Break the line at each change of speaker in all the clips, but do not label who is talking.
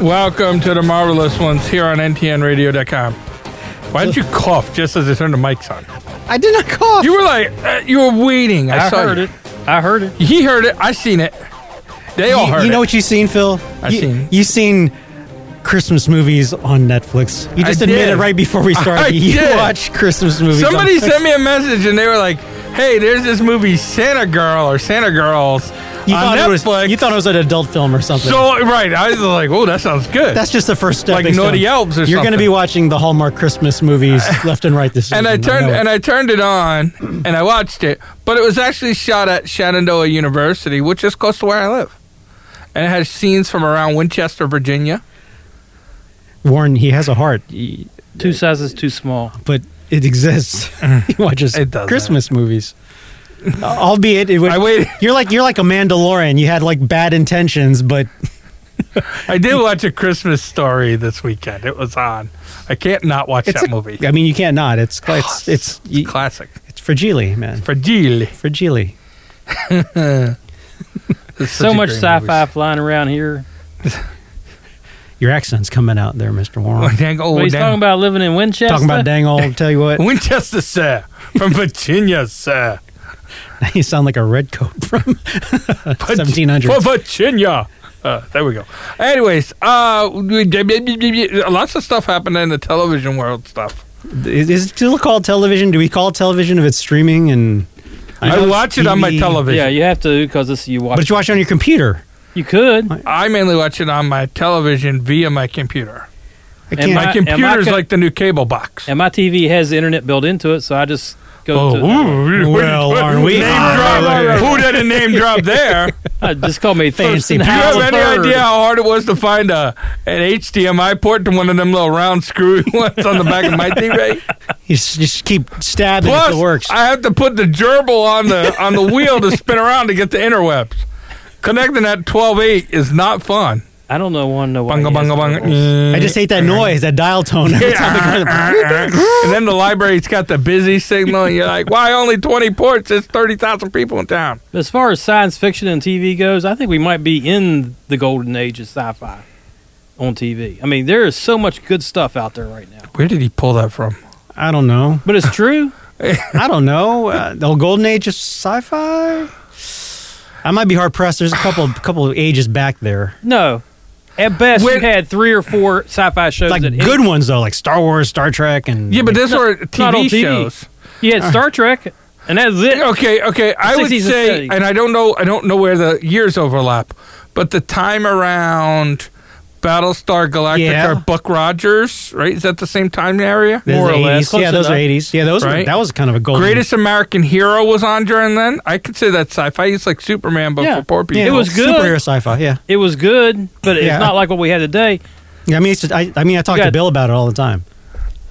Welcome to the Marvelous Ones here on ntnradio.com. Why did you cough just as I turned the mics on?
I did not cough.
You were like, uh, you were waiting. I,
I
saw
heard
you.
it. I heard it.
He heard it. I seen it. They all
You-
heard
you know
it.
what you seen, Phil?
I
you,
seen.
You seen Christmas movies on Netflix. You
I
just admitted
did.
right before we started.
I
you
did.
watch Christmas movies. on
Somebody
Netflix.
sent me a message and they were like, hey, there's this movie Santa Girl or Santa Girls
you
on
thought it was
Netflix.
you thought it was an adult film or something.
so, right. I was like, oh, that sounds good.
That's just the first step.
Like Naughty Elves or
You're gonna
something.
be watching the Hallmark Christmas movies left and right this
and I
season,
turned
know it.
and I turned it on and I watched it, but it was actually shot at Shenandoah University, which is close to where I live, and it has scenes from around Winchester, Virginia.
Warren, he has a heart, he-
Two sizes too small.
but it exists. he watches
It doesn't.
Christmas movies. Albeit it would,
I waited.
you're like you're like a Mandalorian. You had like bad intentions, but
I did watch a Christmas Story this weekend. It was on. I can't not watch
it's
that
a-
movie.
I mean, you can't not. It's it's it's you-
Classic.
it's fragile, man.
Fragile.
Fragile.
So much sci-fi flying around here.
Your accent's coming out there, Mr.
Oh,
Warren.
dang, oh,
But he's talking
dang.
about living in Winchester.
Talking about dang old, tell you what,
Winchester, sir, from Virginia, sir.
you sound like a redcoat from
But-
1700s.
for Virginia. Uh, there we go. Anyways, uh, we- lots of stuff happened in the television world stuff.
Is, is it still called television? Do we call it television if it's streaming and?
I watch it on my
TV.
television.
Yeah, you have to because this you watch.
But you watch it on your computer.
you could.
I mainly watch it on my television via my computer.
I
And
My
I-
can't.
am
computer's
co-
like the new cable box.
And my TV has the internet built into it, so I just go
Oh,
to.
ooh,
Well,
what-
aren't we-
name
Ah,
drop? Who did a name drop there?
I just call me
Fancy
Thurston
Do you have
Howell
any
III.
idea how hard it was to find a an HDMI port to one of them little round screwy ones on the back of my TV?
You just, just keep stabbing
Plus,
if it works.
I have to put the gerbil on the on the wheel to spin around to get the interwebs. Connecting at 12.8 is not fun.
I don't know one. No one.
Bunga, bunga, Mm. bunga.
I just hate that noise, that dial tone. Every time I go to-
and then the library's got the busy signal, and you're like, why only 20 ports? There's 30,000 people in town.
As far as science fiction and TV goes, I think we might be in the golden age of sci-fi on TV. I mean, there is so much good stuff out there right now.
Where did he pull that from?
I don't know.
But it's true.
I don't know. Uh, the old golden age of sci-fi. I might be hard pressed. There's a couple couple of ages back there,
No. At best,
When-
you had three or four sci-fi shows.
like
that hit-
good ones though, like Star Wars, Star Trek, and
Yeah, but this
No,
were
it's not on
TV
TV.
shows.
You
Uh.
had Star Trek, and that's it.
Okay, okay. I would
60s and
say,
70s.
and I don't know, I don't know where the years overlap, but the time around Battlestar Galactica,
Yeah.
Buck Rogers, right? Is that the same time area?
There's
more
the
or less.
80s. Yeah,
Close
those are
enough.
80s. Yeah, those were,
Right.
that was kind of a golden.
Greatest American Hero was on during then. I could say that's sci-fi. It's like Superman, but
Yeah.
for poor people.
Yeah,
It was good.
Superhero sci-fi. Yeah.
It was good, but
Yeah.
it's not like what we had today.
Yeah, I mean, it's just, I, I mean, I talk
You
to
got-
Bill about it all the time.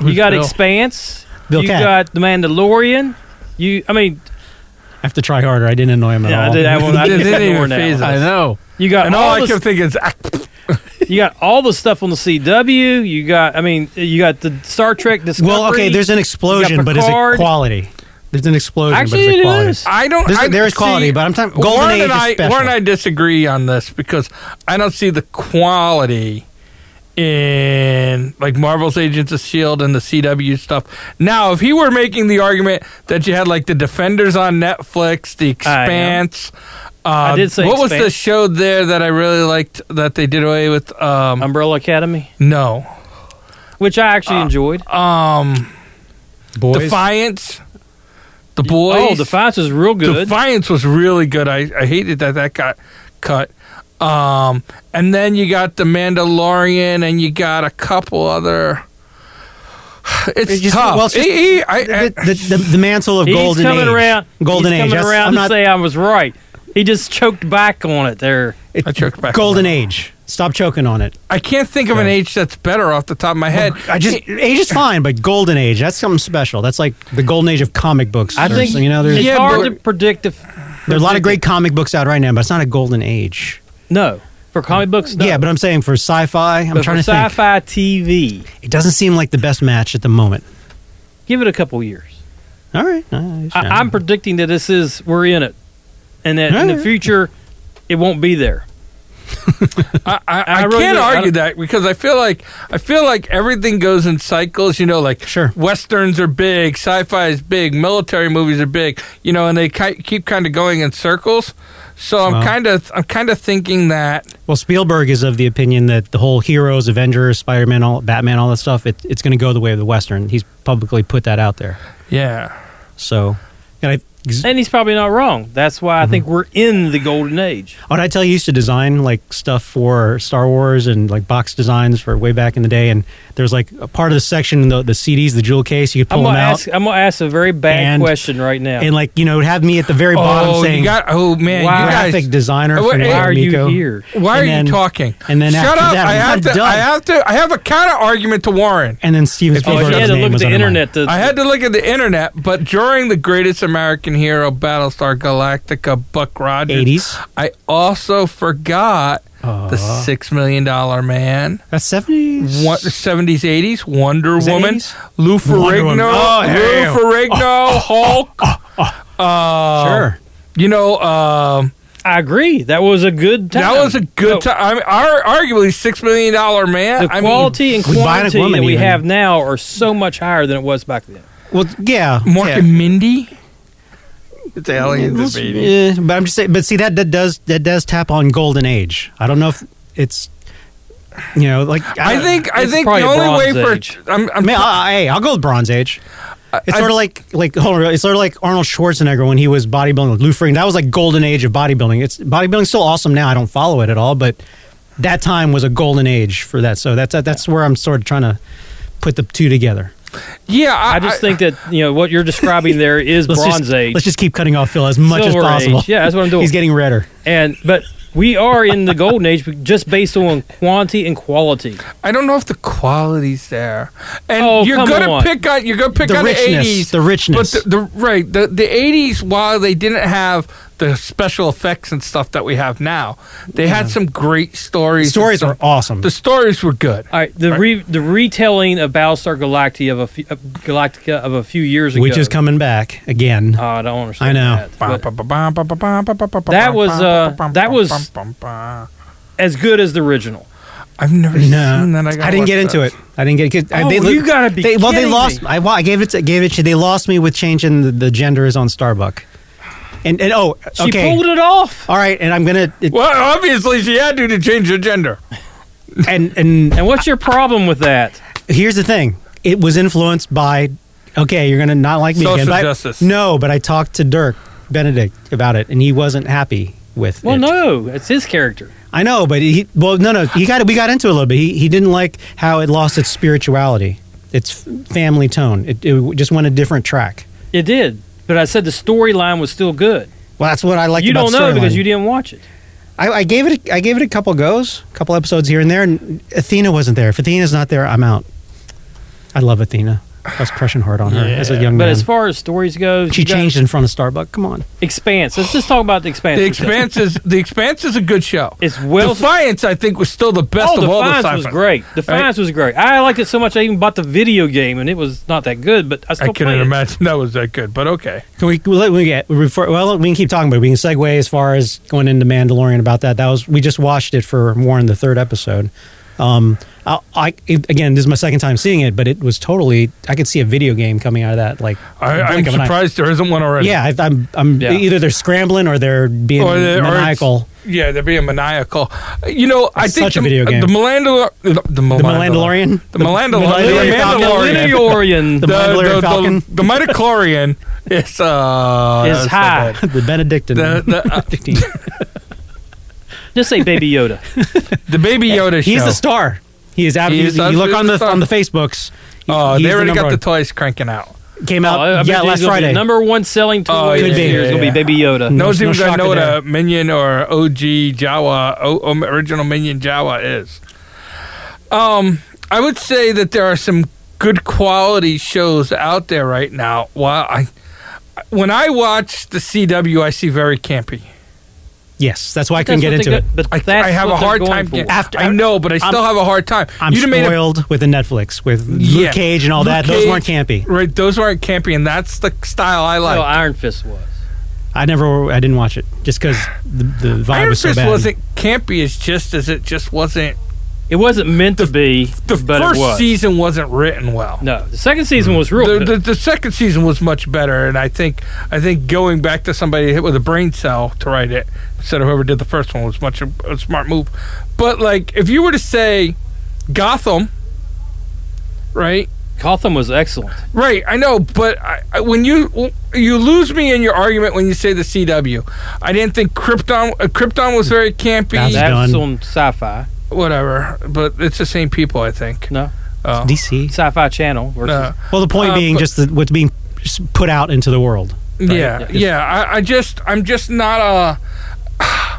You got
Bill?
Expanse.
Bill
you
Catt.
got The Mandalorian. You, I mean,
I have to try harder. I didn't annoy him at
yeah,
all.
I did. I, won't- I
It
didn't
didn't
ignore
even phase
now.
us.
know.
You got
And all,
all,
I
the,
kept thinking is, ah,
you got all the stuff on the CW. You got, I mean, you got the Star Trek Discovery.
well, okay, there's an explosion, but is it
Picard.
quality? There's an explosion,
Actually,
but is it
it
quality?
is.
I don't.
There's-
I,
there is quality,
see,
but I'm talking- Golden
Warren
Age
and
is
I,
special.
Warren and I disagree on this because I don't see the quality in like Marvel's Agents of Shield E and the CW stuff. Now, if he were making the argument that you had like the Defenders on Netflix, The
I know.
Expanse. Uh,
I did say
what was the
Expanse.
show there that I really liked that they did away with? Um,
Umbrella Academy,
no,
which I
Uh,
actually enjoyed.
um,
Boys.
Defiance, The Boys.
Oh, Defiance is real good.
Defiance was really good. I, I hated that that got cut. Um, and then you got the Mandalorian, and you got a couple other. It's
It's just-
tough.
well, it's just-
Eh, eh, I- I-
the, the, the, the mantle of
he's
golden
coming
age.
around.
golden
he's
age.
coming
That's-
around
I'm
to
not,
say I was right. He just choked back on it there.
it-
I choked back.
golden age. Stop choking on it.
I can't think of an age that's better off the top of my head.
I just age is fine, but golden age. That's something special. That's like the golden age of comic books.
I
or
think
something, you know there's
it's
Yeah,
hard
but-
to predict if
there are a lot of great comic books out right now, but it's not a golden age.
no for comic books. No.
Yeah, but I'm saying for sci-fi, I'm
But
trying to
for
think.
sci-fi TV,
It doesn't seem like the best match at the moment.
give it a couple years.
All right, I,
I, I'm predicting that this is we're in it, and that in
Alright.
the future it won't be there.
I, I,
I
I
really
can't
do. I
argue
don't-
that because I feel like I feel like everything goes in cycles. You know, like
Sure.
westerns are big, sci-fi is big, military movies are big. You know, and they ki- keep kind of going in circles. So I'm
Wow.
kind of I'm kind of thinking that
Well, Spielberg is of the opinion that the whole heroes, Avengers, Spider Man, all Batman, all that stuff, it, it's going to go the way of the Western. He's publicly put that out there.
yeah.
So, and I, ex-
And he's probably not wrong. That's why I
Mm-hmm.
think we're in the golden age.
what I tell you, he used to design like stuff for Star Wars and like box designs for way back in the day. And there was like a part of the section in the, the CDs, the jewel case, you could
I'm
pull them
gonna
out.
ask. I'm gonna ask a very bad
And-
question right now.
and like, you know, it would have me at the very bottom
oh,
saying,
you got oh man,
Wow.
you guys.
graphic designer
Oh,
for
wait,
Nick
why are
Amico.
you here?
why are
and then-
you talking?
and then
shut
after
up!
that,
I
I'm
have to.
done.
I have to. I have a counter argument to Warren.
And then Steven
you
Spielberg's
oh,
Spielberg's
you had to
name
look at
was
the
under mine.
internet. To,
I had to look at the internet, but during the Greatest American Hero Battlestar Galactica Buck Rogers,
80s.
I also forgot the
Uh,
Six Million Dollar Man,
That's 70s?
what, 70s, 80s, Wonder
Is that
Woman,
80s?
Lou
Wonder Woman.
Ferrigno,
Oh,
Lou
hell.
Ferrigno, Hulk. Uh,
Sure.
You know, um,
I agree. That was a good time.
that was a good
No,
time. I mean, ar- arguably Six Million Dollar Man.
The
I mean,
quality and
With Bionic
quantity
Woman
that we
even.
have now are so much higher than it was back then.
Well, yeah.
Mark
yeah.
and Mindy. It's
Well,
aliens, baby.
yeah, but I'm just saying. But see, that that does that does tap on golden age. I don't know if it's you know like
I think I
It's
think the
probably
only way
Bronze
for
Age.
I'm,
I
I'm
mean, I, I- hey, I'll go with bronze age. It's
Uh,
I-
sort of like like hold on, it's sort of like Arnold Schwarzenegger when he was bodybuilding with Lou Ferrigno. That was like golden age of bodybuilding. It's bodybuilding's still awesome now. I don't follow it at all, but that time was a golden age for that. So that's that's where I'm sort of trying to put the two together.
yeah. I,
I just think that you know what you're describing there is
Let's
Bronze
just,
Age.
Let's just keep cutting off Phil as much
Silver
as possible.
Age. Yeah, that's what I'm doing.
He's getting redder.
and but we are in the golden age but just based on quantity and quality.
I don't know if the quality's there, and
Oh,
you're
come
gonna
on.
pick on you're gonna pick
The
on the
richness,
eighties,
the richness.
But the, the right the the eighties, while they didn't have the special effects and stuff that we have now, they had some great stories.
Stories are awesome.
the stories were good.
All right, the Re, the retelling of Battlestar Galactica of a few, of Galactica of a few years ago,
which is coming back again.
Oh, I don't understand.
I know.
that. But That was, uh, that was- as good as the original.
I've never
no,
seen that.
I, didn't get into it. I didn't get. Cause, I-
Oh,
they lo-
you gotta be
They, well, they
kidding
lost.
me.
I, wa- I gave it. To, gave it. to They lost me with changing the, the genders on Starbuck. And and oh,
She
okay.
pulled it off.
All right, and I'm gonna it,
Well, obviously she had to to change her gender.
and and
And what's your problem with that?
here's the thing. It was influenced by. Okay, you're gonna not like me
Social
again. but I-
justice.
no, but I talked to Dirk Benedict about it, and he wasn't happy with.
Well,
it.
no, it's his character.
I know, but he well, no, no, he got we got into it a little bit. He he didn't like how it lost its spirituality, its f- family tone. It, it just went a different track.
It did, but I said the storyline was still good.
Well, that's what I like.
you
about
don't know
storyline.
because you didn't watch it.
I, I gave it. A, I gave it a couple goes, a couple episodes here and there. And Athena wasn't there. If Athena's not there, I'm out. I love Athena. I was crushing hard on her as a
Yeah.
young
But
man.
as far as stories go,
she
you got-
changed in front of Starbucks. Come on,
Expanse. Let's just talk about the Expanse.
The
for a second.
Expanse is the Expanse is a good show.
It's well-
Defiance. I think was still the best
oh,
of all the
Defiance
sci-fi.
was great. Defiance was great. I liked it so much I even bought the video game, and it was not that good, but
I
I still
couldn't
played it.
imagine that was that good, but okay.
can we? Let we get. Refer, well, we can keep talking, but we can segue as far as going into Mandalorian about that. That was we just watched it for Warren the third episode. Um, I, I it- again, this is my second time seeing it, but it was totally. I could see a video game coming out of that. Like
I, I'm
blink of an eye.
surprised there isn't one already.
Yeah, I, I'm. I'm
Yeah.
either they're scrambling or they're being
Or they- or it's-
maniacal.
yeah, they're being maniacal. You know, I
It's
think
such a
the, uh,
video game.
The Melandalor, the, the,
The Mandalorian.
The Melandalorian.
Mandalorian
The
Falcon.
Mandalorian.
Mandalorian
The Mandalorian Falcon.
The, the Midichlorian is, uh,
Is
so
high.
bad.
the Benedictine.
The, the, uh,
Just say Baby Yoda.
Uh,
Oh,
the Baby Yoda show.
he's the star. He is. Ab-
He is
you look
absolutely
on
the
the
star.
on the Facebooks. he-
Oh,
he's
they already
number
got the
one.
toys cranking out.
Came out.
Oh, I- I bet
yeah,
he's
last
gonna be
Friday.
the number one selling toy
Oh,
yeah,
this
yeah,
year is
yeah,
going to
yeah.
be Baby Yoda.
No one's
no
even going
shocker
to know what
there.
a minion or OG Jawa, o, um, original minion Jawa is. Um, I would say that there are some good quality shows out there right now. While I, when I watch the CW, I see very campy.
Yes, that's why I
But
couldn't
that's
get
what
into
they
it.
go- But
I,
that's
I have
what
a
they're
hard
going
time.
for.
Get, I know, but I still have a hard time.
I'm
You'd have made a-
spoiled with the Netflix with
Yeah.
Luke Cage and all
Luke
that. Those
Cage-
weren't campy.
Right, those aren't campy, and that's the style I like.
Well, Iron Fist was.
I never, I didn't watch it just because the, the vibe
Iron
was so
Fist
bad.
wasn't campy as just as it just wasn't.
It wasn't meant to be,
The
but
first
it was.
season wasn't written well.
no, the second season was real.
The,
good.
the, the second season was much better, and I think I think going back to somebody hit with a brain cell to write it instead of whoever did the first one was much a, a smart move. But like, if you were to say Gotham, right,
Gotham was excellent.
Right, I know, but I, I- when you you lose me in your argument when you say the CW, I didn't think Krypton uh, Krypton was very campy,
That's-
That was
done.
on sci-fi.
whatever. But it's the same people, I think.
No,
Oh,
DC.
sci-fi channel versus
no.
Well, the point
Uh,
being
but-
just the, what's being s- put out into the world.
yeah,
Yeah.
yeah. I, I just I'm just not a.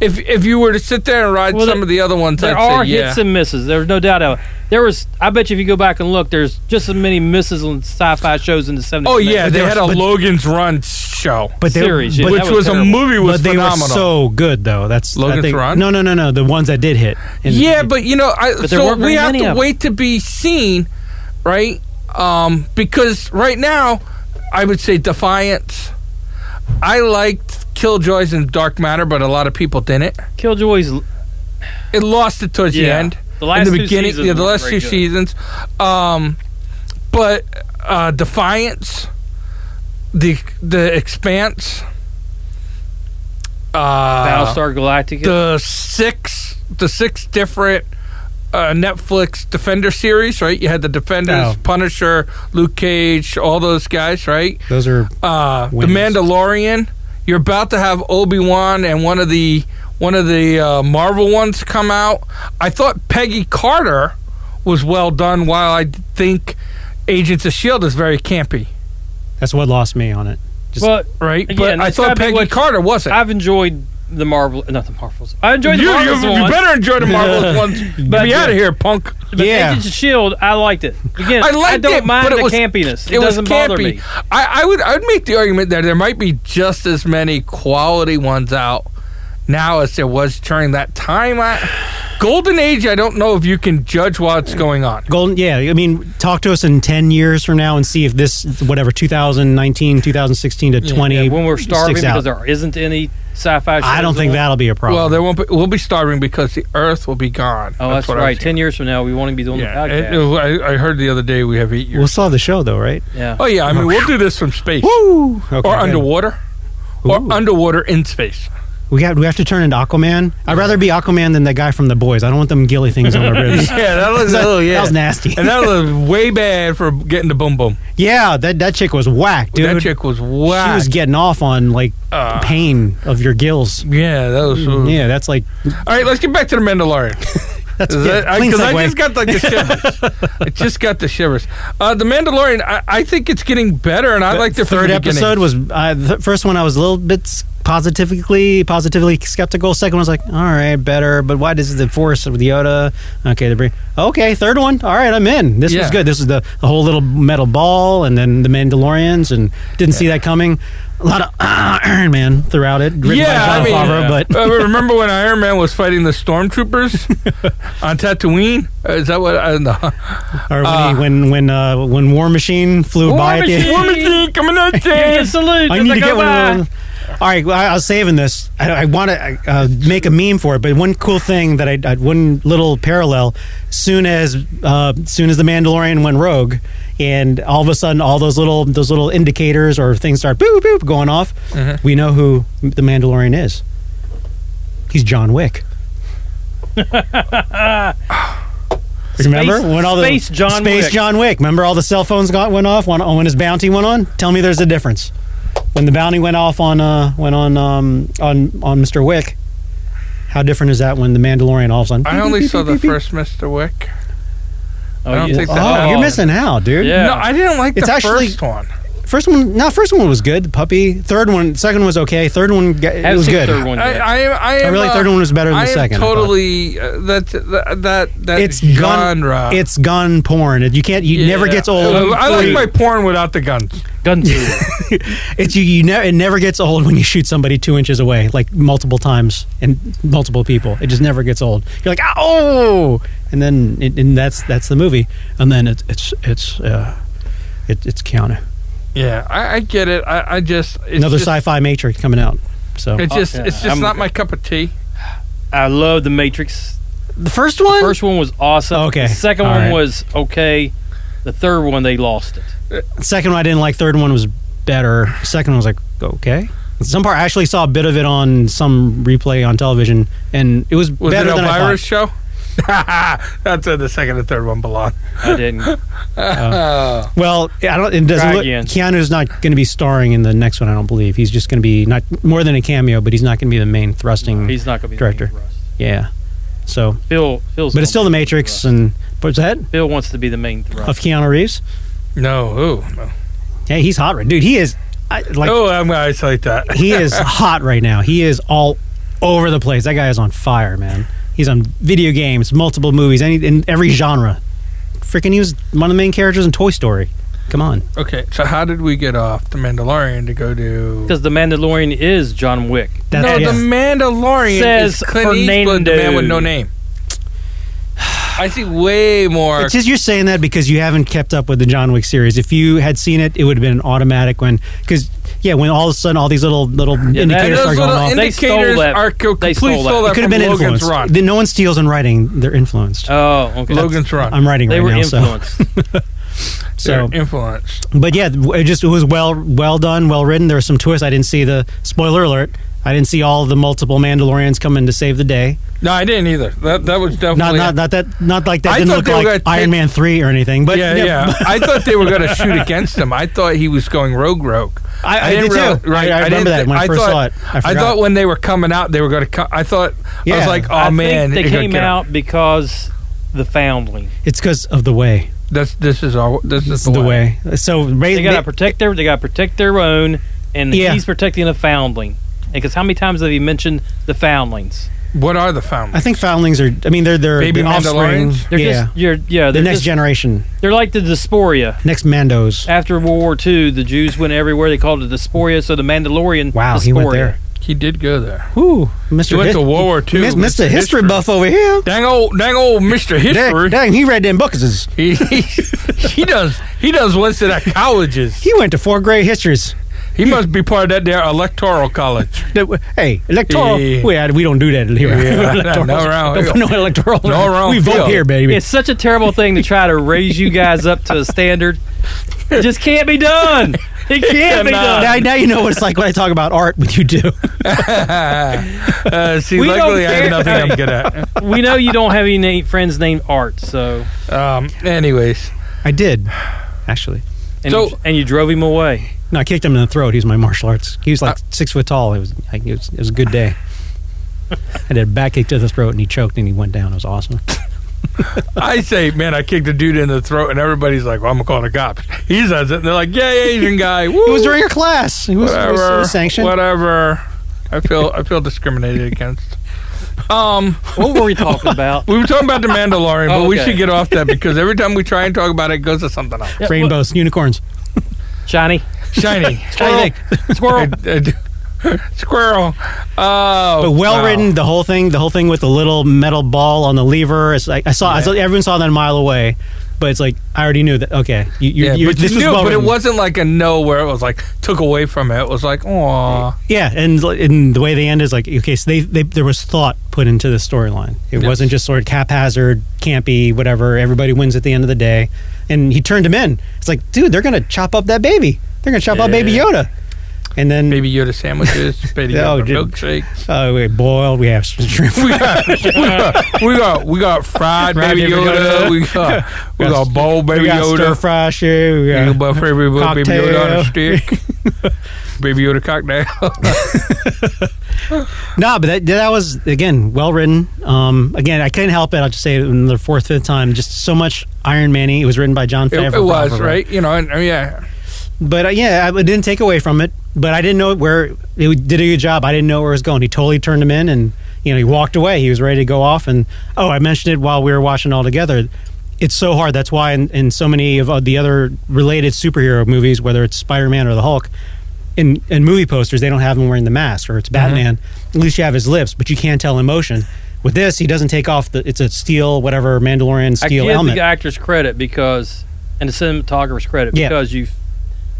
If if you were to sit there and ride
Well,
some
there-
of the other ones,
There
I'd
are
say yeah.
hits and misses. There's no doubt of it. There was. I bet you if you go back and look, there's just as many misses on sci-fi shows in the 70s.
oh yeah,
But
they
there
had a
was- but-
Logan's Run show,
But they,
Series, yeah,
but,
which
that
was,
was
a
terrible.
movie was
but they
phenomenal.
were so good though. That's I
Logan's
think-
Run?
No, no, no, no. The ones that did hit. And-
Yeah, but you know, I,
But there
so
weren't
we
very
have
many
to
of 'em.
wait to be seen, right? Um, because right now, I would say Defiance. I liked Killjoys and Dark Matter, but a lot of people didn't.
Killjoys.
It lost it towards the
Yeah.
end.
The last
in the
two
beginning,
seasons
yeah, the
weren't
last
very
two
good.
seasons. Um, but uh, Defiance, the the Expanse, uh,
Battlestar Galactica.
the six the six different uh, Netflix Defender series, right? You had the Defenders,
Oh.
Punisher, Luke Cage, all those guys, right?
those are
Uh, the
Wins.
Mandalorian. You're about to have Obi Wan and one of the one of the uh, Marvel ones come out. I thought Peggy Carter was well done, while I think Agents of Shield E is very campy,
that's what lost me on it. Just,
well,
right? but
Again,
I
it's
thought
gotta be
Peggy
what-
Carter wasn't.
I've enjoyed the Marvel, uh, not the Marvels. I enjoyed the
you, you,
Marvels
you
one,
better enjoy the Marvel ones. Get
But-
me out of here, punk.
but
Yeah.
Agents of Shield. I liked it. Again,
I liked
don't
it,
mind
but it
the
was-
campiness. It,
it was
doesn't bother
campy.
me.
I, I would I would make the argument that there might be just as many quality ones out now as there was during that time. I, Golden Age, I don't know if you can judge what's going on.
Golden, yeah. I mean, talk to us in 10 years from now and see if this, whatever, 2019, 2016 to 20.
Yeah, when we're
sticks
starving
out.
because there isn't any sci-fi. Shows
I don't think
on.
that'll be a problem.
Well, there won't be, we'll be starving because the Earth will be gone.
Oh, that's,
what I was
right.
hearing.
Ten years from now, we won't even be doing
Yeah,
the podcast.
it- it- I, I heard the other day we have eight
we'll
years.
still have the show, though, right?
yeah.
oh yeah, I mean we'll do this from space
Woo! Okay,
or
good.
underwater
Ooh.
or underwater in space.
We have, we have to turn into Aquaman. I'd rather be Aquaman than the guy from The Boys. I don't want them gilly things on my ribs.
Yeah, that was
That-
oh, yeah.
That was nasty.
and that was way bad for getting the boom boom.
yeah, that, that chick was whack, dude.
that chick was whack.
She was getting off on, like,
Uh. Mm.
pain of your gills.
Yeah, that was.
Yeah, that's like,
All right, let's get back to the Mandalorian.
that's
Is
yeah,
that- I,
clean
'cause I
segue.
just got like the shivers. I just got the shivers. Uh, the Mandalorian. I, I think it's getting better, and I like the
third episode
Was-
was uh, the first one. I was a little bit s- positively positively skeptical. Second one was like, all right, better. But why does the force with Yoda? Okay, the bring. Okay, third one. All right, I'm in. This
Yeah.
was good. This was the, the whole little metal ball, and then the Mandalorians, and didn't see that coming. A lot of uh, Iron Man throughout it. Written
Yeah, I
by John
mean-
Favreau,
Yeah.
but
uh, remember when Iron Man was fighting the stormtroopers on Tatooine? Uh, Is that what? I don't know.
or when,
Uh,
he, when when uh, when War Machine flew
War
by. at the-
Machine!
Woman thing coming out
You
there.
can salute.
I
as
need
I
to
E go
get one.
by.
of those. All right, well, I, I was saving this. I, I want to uh, make a meme for it, but one cool thing that I, I one little parallel. Soon as uh, soon as the Mandalorian went rogue, and all of a sudden all those little those little indicators or things start boop boop going off. We know who the Mandalorian is. He's John Wick. Remember
Space-
when all the
Space John
Space
Wick.
John Wick? Remember all the cell phones got went off when, when his bounty went on? Tell me there's a difference when the bounty went off on uh went on um on on Mr. Wick. How different is that when the Mandalorian all of a sudden?
I only saw the first Mister Wick. I don't
yeah.
think that-
Oh, you're missing out, dude.
Yeah.
No, I didn't like
It's
the
actually-
first one.
First one, no, first one was good. The puppy. Third one, second one was okay. Third one, ga-
I
it
haven't
was
seen the
good.
third one
I,
yet.
I, am- I,
I
am,
really
uh,
third one was better than
I
the
am
second. I thought.
totally uh, that that that that
It's
genre.
gun. It's gun porn. You can't. You never
Yeah.
gets old.
I like my porn without the guns.
Gun salute.
It's you. You never. It never gets old when you shoot somebody two inches away, like multiple times and multiple people. It just never gets old. You're like, oh, and then it, and that's that's the movie, and then it's it's it's uh, it, it's Keanu.
Yeah, I, I get it. I, I just it's
Another
just,
sci-fi Matrix coming out. So
It's
Oh,
just
yeah,
it's just
I'm-
not my cup of tea.
I love the Matrix.
the first one.
First one was awesome.
Okay.
The second
All
one
right. one
was okay. The third one they lost it.
Second one I didn't like. Third one was better. Second one was like okay. Some part I actually saw a bit of it on some replay on television, and it was,
Was
better
it
than I
Elvira's
thought.
show? That's where the second and third one belong.
I didn't.
Oh.
Well, I don't. It doesn't
Try
look.
again.
Keanu's not going to be starring in the next one. I don't believe he's just going to be not more than a cameo, but he's not going to be the main thrusting.
He's not going to be
Director.
The main thrust.
yeah. So,
Phil, Phil's
but it's still the
gonna be main
Matrix,
thrust.
and what's that
Phil wants to be the main
of
thrust.
Keanu Reeves?
No, ooh, no.
Hey, he's hot right, dude. He is. I, like
oh, I'm gonna isolate that.
he is hot right now. He is all over the place. That guy is on fire, man. He's on video games, multiple movies, any in every genre. Freaking, he was one of the main characters in Toy Story. Come on,
Okay, so how did we get off the Mandalorian to go to?
Because the Mandalorian is John Wick.
that's
no,
yeah.
the Mandalorian
Says
is Clint Eastwood, the man with no
Fernando.
name. I see way more.
It's just you're saying that because you haven't kept up with the John Wick series. If you had seen it, it would have been an automatic when because yeah, when all of a sudden all these little little
And
indicators
those
start going
little
off,
They stole
indicators
that.
are co- completely
They stole
stole
that.
that,
it could have
from
been
Logan's
influenced.
Run. Uh,
Then no one steals in writing; they're influenced.
Oh, okay.
Logan's Run.
I'm writing
they
right
were
now, so
influenced.
Oh, They're
so
influenced.
but yeah, it just it was well well done, well written. There were some twists. I didn't see the spoiler alert. I didn't see all the multiple Mandalorians coming to save the day.
No, I didn't either. That that was definitely
Not not not that not like that
I
didn't
thought
look
they were
like
gonna
Iron
take-
Man three or anything. But
yeah, yeah. I thought they were going to shoot against him. I thought he was going rogue rogue.
I- I did
didn't
too.
realize- Right,
I- I
didn't
remember that
thi-
when I first
thought,
saw it. I forgot.
thought when they were coming out, they were going to come. I thought I
Yeah.
was like, oh
I
man,
think
it
they
could
came
get him.
out because the Foundling.
it's because of the way.
That's this is all. This,
This
is
is the way. So Ray,
They got to protect their. They got to protect their own, and
Yeah.
he's protecting the Foundling. Because how many times have you mentioned the Foundlings?
What are the foundlings?
I think foundlings are. I mean, they're they're
Baby
they're offspring.
Mandalorians?
They're
yeah,
just you're, yeah.
the
They're
next
just,
generation,
They're like the Dysphoria.
next Mandos.
After World War II, the Jews went everywhere. They called it Dysphoria. So the Mandalorian.
Wow,
Dysphoria.
he went there.
he did go there.
Whew, Mr.
He went
His-
to World War Two.
Mis- Mr. History, buff over here.
Dang old, dang old Mister
Dang,
History.
dang, he read them books.
He, he, he does he does listed at colleges.
He went to four grade histories.
He must be part of that there electoral college.
The- Hey, electoral.
Yeah.
We, we don't do that here.
Yeah,
Electorals.
no round
Don't-
hill.
no electoral.
No round
We vote
hill.
here, baby.
It's such a terrible thing to try to raise you guys up to a standard. It just can't be done. It can't be
cannot.
done.
now, now you know what it's like when I talk about art when you do.
uh, see,
We don't
luckily I have
care.
nothing I'm good at.
we know you don't have any na- friends named Art, so
Um, anyways,
I did, actually.
and,
So-
you, and you drove him away.
No, I kicked him in the throat. He was my martial arts. He was like
Uh.
six foot tall. It was, like, it was it was a good day. I did a back kick to the throat, and he choked, and he went down. It was awesome.
I say, man, I kicked a dude in the throat, and everybody's like, well, I'm going to call the cops. He says it, and they're like, yeah, Asian guy. Woo,
It was during a class. It was, it was- it was
whatever,
sanctioned.
Whatever. I feel, I feel discriminated against. Um,
What were we talking about?
we were talking about the Mandalorian, but
Oh,
we
okay.
should get off that because every time we try and talk about it, it goes to something else.
Yeah,
Rainbows, unicorns.
Shiny.
Shiny.
Shiny
Squirrel.
thing. Squirrel.
I- I do- Squirrel. Oh,
But well
wow.
written, the whole thing, the whole thing with the little metal ball on the lever. It's like I saw, I saw everyone saw that a mile away, but it's like I already knew that. Okay, you, you,
yeah,
you-
but
this
you
was
knew,
well
but it
written.
wasn't like a no where it was like took away from it. It was like, oh,
yeah, and, and the way they end is like okay, so they, they there was thought put into the storyline. It
Yes.
wasn't just sort of haphazard, campy, whatever. Everybody wins at the end of the day, and he turned him in. It's like, dude, they're gonna chop up that baby. They're gonna chop up Baby
Yeah.
Yoda, and then
baby Yoda sandwiches, baby
Oh,
Yoda
did-
milkshakes.
uh, we boiled. We have shrimp.
We got, we got we got we got fried
Fried
baby
baby
Yoda.
Yoda.
We got we
We got-
got bowl
we
baby
got stir
Yoda.
fry shit. We
We
got-
got buffet baby Yoda- baby Yoda on a
Cocktail.
stick. baby Yoda cocktail.
No, but that, that was again well written. Um, again, I couldn't help it. I'll just say it another fourth, fifth time. Just so much Iron Man. It was written by John
it,
Favreau.
it was
Favreau.
right, you know. And, uh, yeah,
But uh, yeah, I- it didn't take away from it. But I didn't know where it did a good job. I didn't know where it was going. He totally turned him in, and you know he walked away. He was ready to go off. And oh, I mentioned it while we were watching all together. It's so hard. That's why in, in so many of uh, the other related superhero movies, whether it's Spider Man or the Hulk, in, in movie posters they don't have him wearing the mask or it's Batman. At least you have his lips, but you can't tell emotion. With this, he doesn't take off the. It's a steel, whatever Mandalorian
I give
steel helmet.
the actor's credit because, and the cinematographer's credit
Yeah.
because you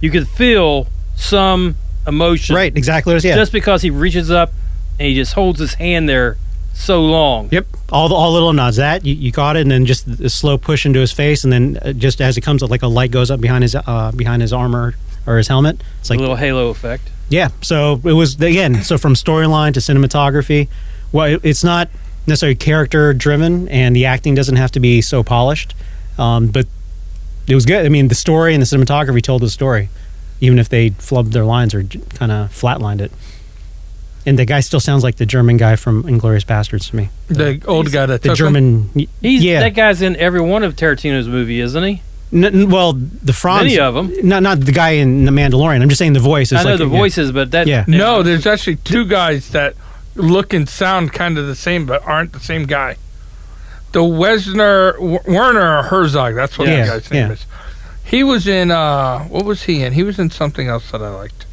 you could feel some emotion.
Right, exactly. what it is, Yeah.
Just because he reaches up and he just holds his hand there so long.
Yep. All the, all little nods that you, you caught it, and then just the slow push into his face, and then uh, just as it comes, up, like a light goes up behind his uh, behind his armor or his helmet. It's
A
like
little halo effect.
yeah. So it was again. So from storyline to cinematography, well, it, it's not necessarily character driven, and the acting doesn't have to be so polished, um, but it was good. I mean, the story and the cinematography told the story, even if they flubbed their lines or kind of flatlined it. And the guy still sounds like the German guy from Inglorious Bastards to me.
The old guy that
The
took
German,
He's
yeah.
that guy's in every one of Tarantino's movie, isn't he?
N- n- well, the Franz.
Many of 'em.
Not not the guy in The Mandalorian. I'm just saying the voice is
I know
like
the
yeah.
voices, but that
Yeah.
Him. No, there's actually two guys that look and sound kind of the same, but aren't the same guy. The Wesner W- Werner Herzog. That's what
Yeah.
the guy's name
Yeah.
is. He was in uh, what was he in? He was in something else that I liked.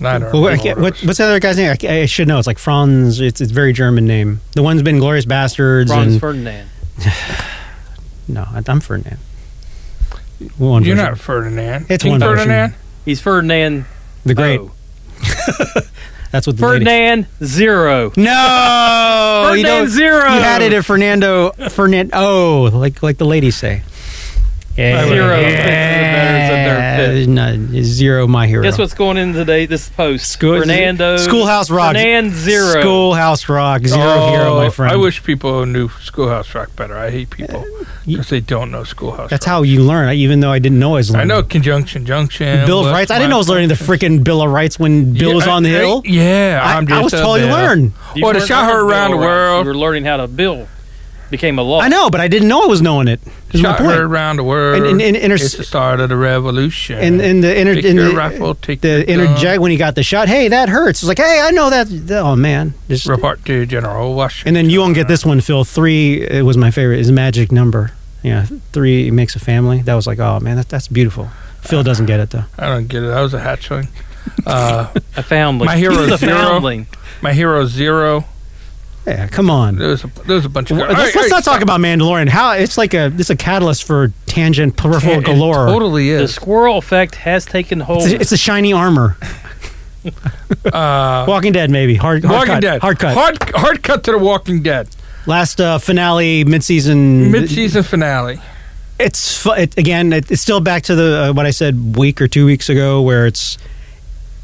I don't
Well,
know.
what- I can't- what- what's the other guy's name? I, ca- I should know. It's like Franz. It's it's very German name. The one's been Glorious Bastards
Franz
and
Ferdinand.
no, I- I'm Ferdinand. One
You're
version.
not Ferdinand.
It's
King
one version.
Ferdinand.
He's Ferdinand.
the great.
O.
That's what the lady-
Ferdinand Zero.
No, you
Ferdinand
don't-
Zero.
You had it at Fernando Fernand. Oh, like like the ladies say. Yeah.
Zero fits the better than their fit.
No, zero. My hero.
Guess what's going in today? This post.
School-
Fernando.
Schoolhouse Rock.
Fernand Zero.
Schoolhouse Rock, zero
Oh,
hero, my friend. Uh,
I wish people knew Schoolhouse Rock better. I hate people
y-
because they don't know Schoolhouse.
That's
Rock.
how you learn. I- Even though I didn't know I was
I
learning.
know Conjunction Junction.
Bill of
left,
Mm. Rights. I didn't know I was
right.
learning the freaking Bill of Rights when Bill was
Yeah,
on
I-
the
I-
hill.
Yeah,
I,
I'm
I
just
was
a uh,
totally
bill.
learning.
You
Well, they
weren't
shot her
on
around the
bill routes.
world.
You were learning how to bill. Became a law.
I know, but I didn't know I was knowing it. Is my
Shot
point.
heard around the world.
And- and- and inter-
it's the start of the revolution.
And and the inter-
take
and
your
the,
rifle, take
the
your
interject when he got the shot. Hey, that hurts. It's like, hey, I know that. Oh man, Just-
gun. report to General Washington.
And then you won't get this one, Phil. Three it was my favorite. Is magic number. Yeah, three makes a family. That was like, oh man, that, that's beautiful. Phil doesn't get it though.
I don't get it. That was a hatchling. Uh,
A foundling.
My hero
He's a
Zero.
foundling.
my hero Zero.
Yeah, come on.
There was a, there was a bunch of.
Well,
All right,
let's let's
all right,
not
stop.
talk about Mandalorian. How it's like a it's a catalyst for tangent peripheral
It
galore.
totally
The
is.
squirrel effect has taken hold.
It's a, it's a shiny armor.
Uh,
Walking Dead, maybe hard. hard
Walking
cut,
Dead.
Hard cut.
Hard, hard cut to the Walking Dead.
Last uh, finale, mid-season.
Mid-season finale.
It's fu- it, again. It, it's still back to the uh, what I said week or two weeks ago, where it's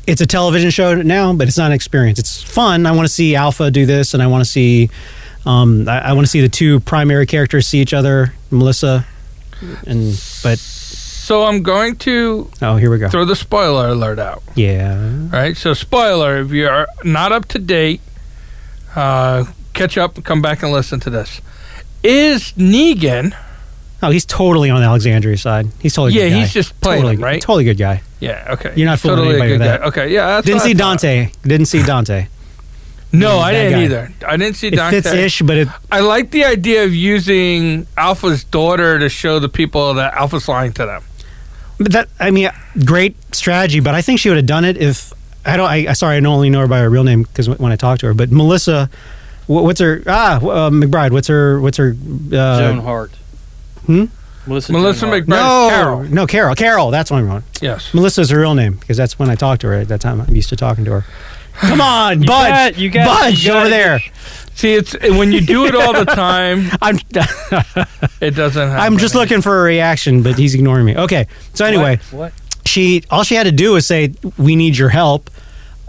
it's a television show now, but it's not an experience. It's fun. I want to see Alpha do this, and I want to see um, I, I want to see the two primary characters see each other, Melissa, and but
So I'm going to
oh, here we go.
throw the spoiler alert out.
Yeah.
All right. So spoiler: if you are not up to date, uh, catch up and come back and listen to this. Is Negan?
Oh, he's totally on Alexandria's side. He's totally
yeah,
Good guy.
he's just playing,
totally,
him, right?
Totally good guy.
yeah. Okay.
You're not fooling
totally a
anybody
good
with
guy.
that.
Okay. Yeah. That's
Didn't
what I
see
thought.
Dante. Didn't see Dante.
No,
He's a
I
bad
didn't
guy.
either. I didn't see
It
Dante.
fits ish, but it
I like the idea of using Alpha's daughter to show the people that Alpha's lying to them.
but that I mean, great strategy. But I think she would have done it if I don't. I I- sorry, I don't only know her by her real name because when I talked to her, but Melissa. wh- What's her ah uh, McBride? What's her what's her uh,
Joan Hart.
Hmm?
Melissa,
Melissa
Joan Hart.
McBride.
no
Carol.
no Carol Carol that's what I'm on.
Yes.
Melissa's her real name because that's when I talked to her at that time. I'm used to talking to her. Come on, budge,
got- you got-
budge
you got-
over there.
See, it's when you do it all the time,
I'm
it doesn't. happen.
I'm just looking for a reaction, but he's ignoring me. Okay, so anyway,
What?
she all she had to do was say we need your help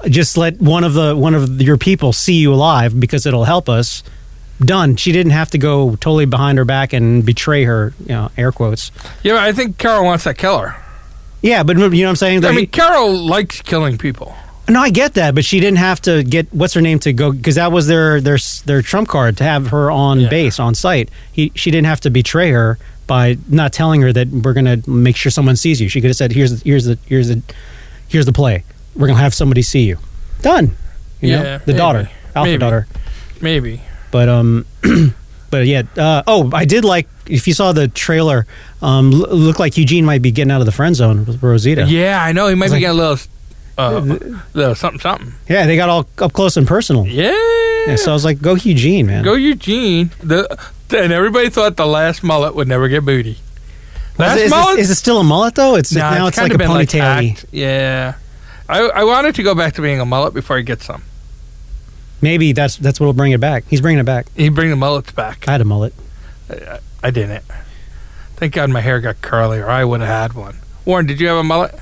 just let one of the one of your people see you alive because it'll help us done she didn't have to go totally behind her back and betray her you know air quotes
Yeah, but I think Carol wants to kill her.
yeah but you know what i'm saying
I mean, Carol likes killing people.
no i get that but she didn't have to get what's her name to go because that was their their their trump card to have her on
Yeah.
base on site he she didn't have to betray her by not telling her that we're gonna make sure someone sees you she could have said here's the here's the here's the here's the play we're gonna have somebody see you done you know
Yeah,
the
maybe.
daughter alpha
Maybe.
daughter
Maybe.
but um but yeah uh, oh i did like if you saw the trailer um l- looked like eugene might be getting out of the friend zone with rosita
Yeah, I know. He might
It's
be
like-
getting a little, uh, little something, something.
Yeah, they got all up close and personal
Yeah.
yeah, so i was like go eugene man
Go Eugene. The, and everybody thought the last mullet would never get booty. Last
is,
mullet?
it, is it still a mullet though? It's
Nah,
now it's, like
kinda
a
been,
ponytail.
hacked. yeah. I, I wanted to go back to being a mullet before I get some.
Maybe that's that's what'll bring it back. He's bringing it back.
He bring the mullets back.
I had a mullet.
I didn't. Thank God my hair got curly, or I would have had one. Warren, did you have a mullet?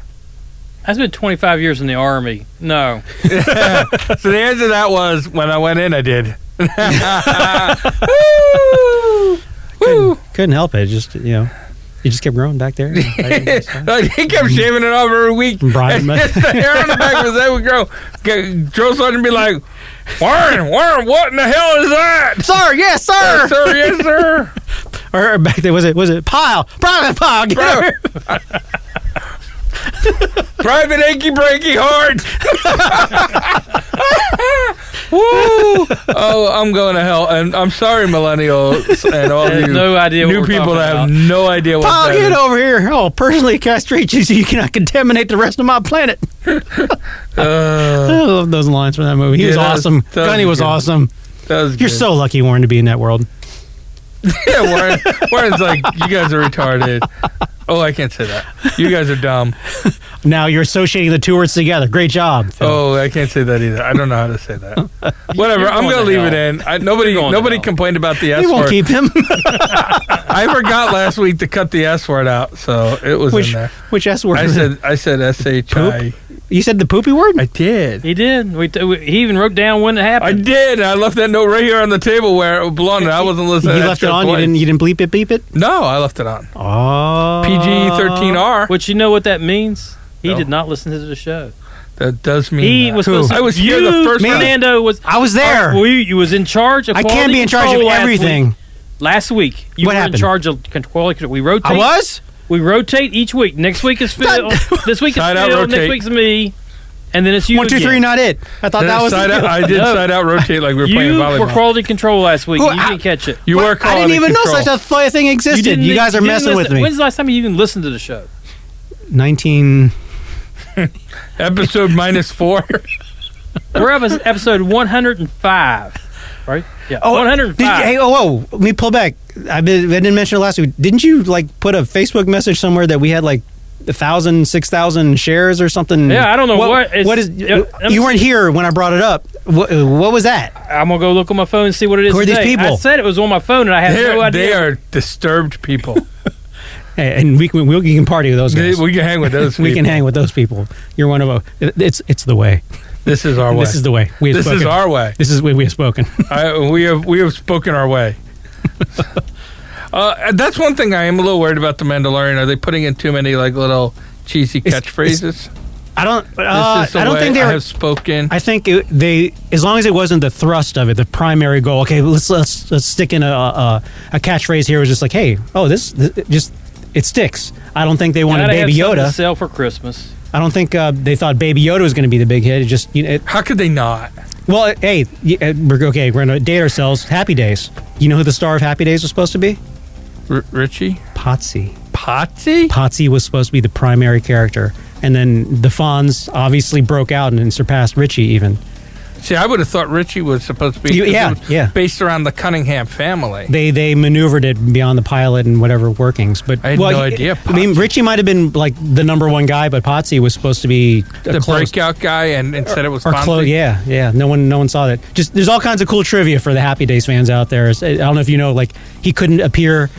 That's been 25 years in the army. No,
so the answer to that was when I went in, I did. Woo! Woo!
Couldn't help it. Just you know, it just kept growing back there.
like he kept shaving it off every week.
Brian
and just the hair on the back of his head would grow. G- Drill sergeant would be like, Warren, Warren, what in the hell is that?
sir, yes,
"Yes,
sir.
sir, yes, sir.
Or, or back there was it was it pile private pile. Get
Bro.
over-
Private achy breaky heart. Woo! Oh, I'm going to hell, and I'm sorry, millennials and all
I
Oh, you
have no idea what
new
we're
people
talking
that have
about.
no idea what
Pile,
that
get
is.
over here. Oh, personally castrate you so you cannot contaminate the rest of my planet.
Uh,
I love those lines from that movie. He
Yeah,
was
that was-
awesome.
that was
Gunny was
good.
awesome.
that was
You're
good.
so lucky, Warren, to be in that world.
yeah. Warren, Warren's like, you guys are retarded. Oh, I can't say that. You guys are dumb.
Now you're associating the two words together. Great job. Phil.
Oh, I can't say that either. I don't know how to say that. Whatever.
You're
I'm
going
gonna
to
leave
hell.
it in. I, nobody,
You're going to
nobody
hell.
complained about the S
we won't
word.
keep him.
I forgot last week to cut the S word out, so it was
which
in there.
which S word?
I
is it?
said, I said S H I.
you said the poopy word.
I did.
he did. We, t- we he even wrote down when it
I
happened.
did. I left that note right here on the table where it belonged. I wasn't
you
listening. to that
left it
show
on. You
twice.
didn't. You didn't bleep it. Beep it.
No, I left it on.
Oh.
PG 13R.
Which you know what that means? He
No.
did not listen to the show.
That does mean
He
that.
was supposed to.
I was
you,
here the first round.
Fernando was
I was
Oh,
there.
Well, you, you was in charge of.
I can't
quality
be in charge of
control last
everything.
week. Last week, you
What
were
happened?
in charge of con- quality control. We rotate.
I was.
We rotate each week. Next week is Phil. this week is
Side out,
Phil.
rotate.
Next week's me. And then it's you.
One, two,
again.
three. Not it. I thought
Did
that
I
was.
side out, I did
No.
side out rotate like we were playing
You were
volleyball.
quality control last week.
Who-
and you
I-
didn't catch it.
you were
I
quality
didn't even
control.
know such a th- thing
You,
existed.
didn't-
You, guys are
didn't
messing with
listen-
me.
When's the last time you even listened to the show?
Nineteen.
Episode minus four.
We're up at episode 105, right? Yeah,
Oh, Did you,
105.
hey, oh, whoa. Let me pull back. I, did, I didn't mention it last week. Didn't you like put a Facebook message somewhere that we had like a thousand, six thousand shares or something?
Yeah, I don't know what is-
what is?
yeah, I'm-
you weren't here when I brought it up. What, what was that?
I'm gonna go look on my phone and see what it is.
Who are these
today. I
people?
said it was on my phone and I had
They're,
no
they
idea.
are disturbed people.
Hey, and we can we can party with those
They-
guys.
we can hang with those.
we can
people.
hang with those people. You're one of them. It's it's the way.
This is our way.
This is the way. We have
This
spoken.
is our way.
This is the way we have spoken.
I, we have we have spoken our way. uh, that's one thing I am a little worried about the Mandalorian. Are they putting in too many like little cheesy
It's-
catchphrases? this
I don't. Uh,
is the
I don't
way
think they
I
were.
have spoken.
I think it, they, as long as it wasn't the thrust of it, the primary goal. Okay, let's let's, let's stick in a, a a catchphrase here. Was just like, hey, oh, this, this it just it sticks. I don't think they wanted
Gotta
Baby
have something to
Yoda.
sell for Christmas.
I don't think uh, they thought Baby Yoda was going to be the big hit. It just you know, it,
How could they not?
well, it- hey, y- uh, we're okay. We're going to date ourselves. Happy Days. You know who the star of Happy Days was supposed to be?
R- Richie
Potsy.
Potsy.
Potsy was supposed to be the primary character, and then the Fonz obviously broke out and, surpassed Richie even.
See, I would have thought Richie was supposed to be
You- yeah,
it was
yeah.
based around the Cunningham family.
they they maneuvered it beyond the pilot and whatever workings. But
I had
well,
no
y-
idea,
I mean,
Potsy.
Richie might have been like the number one guy, but Potsy was supposed to be a
the
close-
breakout guy, and, and said it was
Or
Fonzie.
close, yeah, yeah. No one, no one saw that. Just there's all kinds of cool trivia for the Happy Days fans out there. It's- I don't know if you know, like he couldn't appear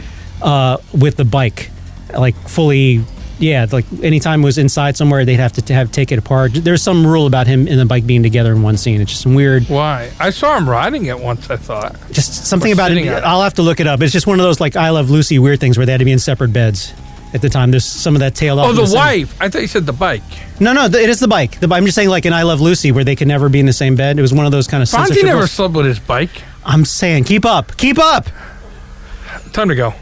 uh, with the bike, like fully. Yeah, like anytime it was inside somewhere, they'd have to t- have take it apart. There's some rule about him and the bike being together in one scene. It's just some weird
Why? I saw him riding it once. I thought.
just something about
sitting
it.
on it.
I'll have to look it up. It's just one of those like I Love Lucy weird things where they had to be in separate beds at the time. There's some of that tailed off.
Oh,
in
the
same-
wife. I thought you said the bike.
No, no, th- it is the bike. The, bi- I'm just saying like in I Love Lucy where they could never be in the same bed. It was one of those kind of.
Fonzie
censorship
never
rules.
slept with his bike.
I'm saying keep up, keep up.
Time to go.